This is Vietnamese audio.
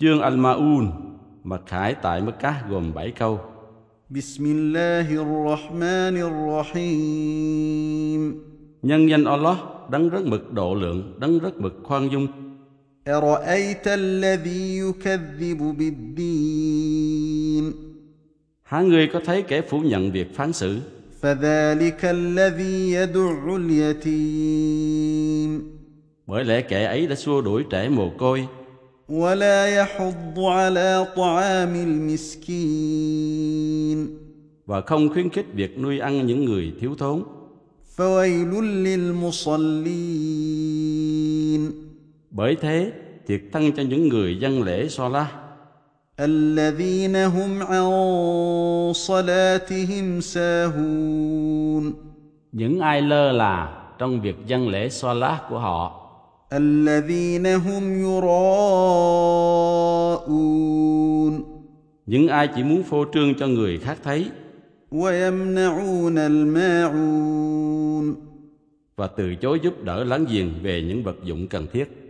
Chương Al-Ma'un, mật khải tại Mecca gồm 7 câu. بسم الله الرحمن الرحيم Nhân danh Allah, đấng rất mực độ lượng, đấng rất mực khoan dung. أرأيت الذي يكذب بالدين Há ngươi có thấy kẻ phủ nhận việc phán xử? فذلك الذي يدع اليتيم Bởi lẽ kẻ ấy đã xua đuổi trẻ mồ côi, ولا يحض على طعام المسكين và không khuyến khích việc nuôi ăn những người thiếu thốn. فويل للمصلين Bởi thế, thiệt thân cho những người dân lễ Salah, الذين هم عن صلاتهم ساهون những ai lơ là trong việc dân lễ Salah của họ, الذين هم يراءون những ai chỉ muốn phô trương cho người khác thấy ويمنعون الماعون và từ chối giúp đỡ láng giềng về những vật dụng cần thiết.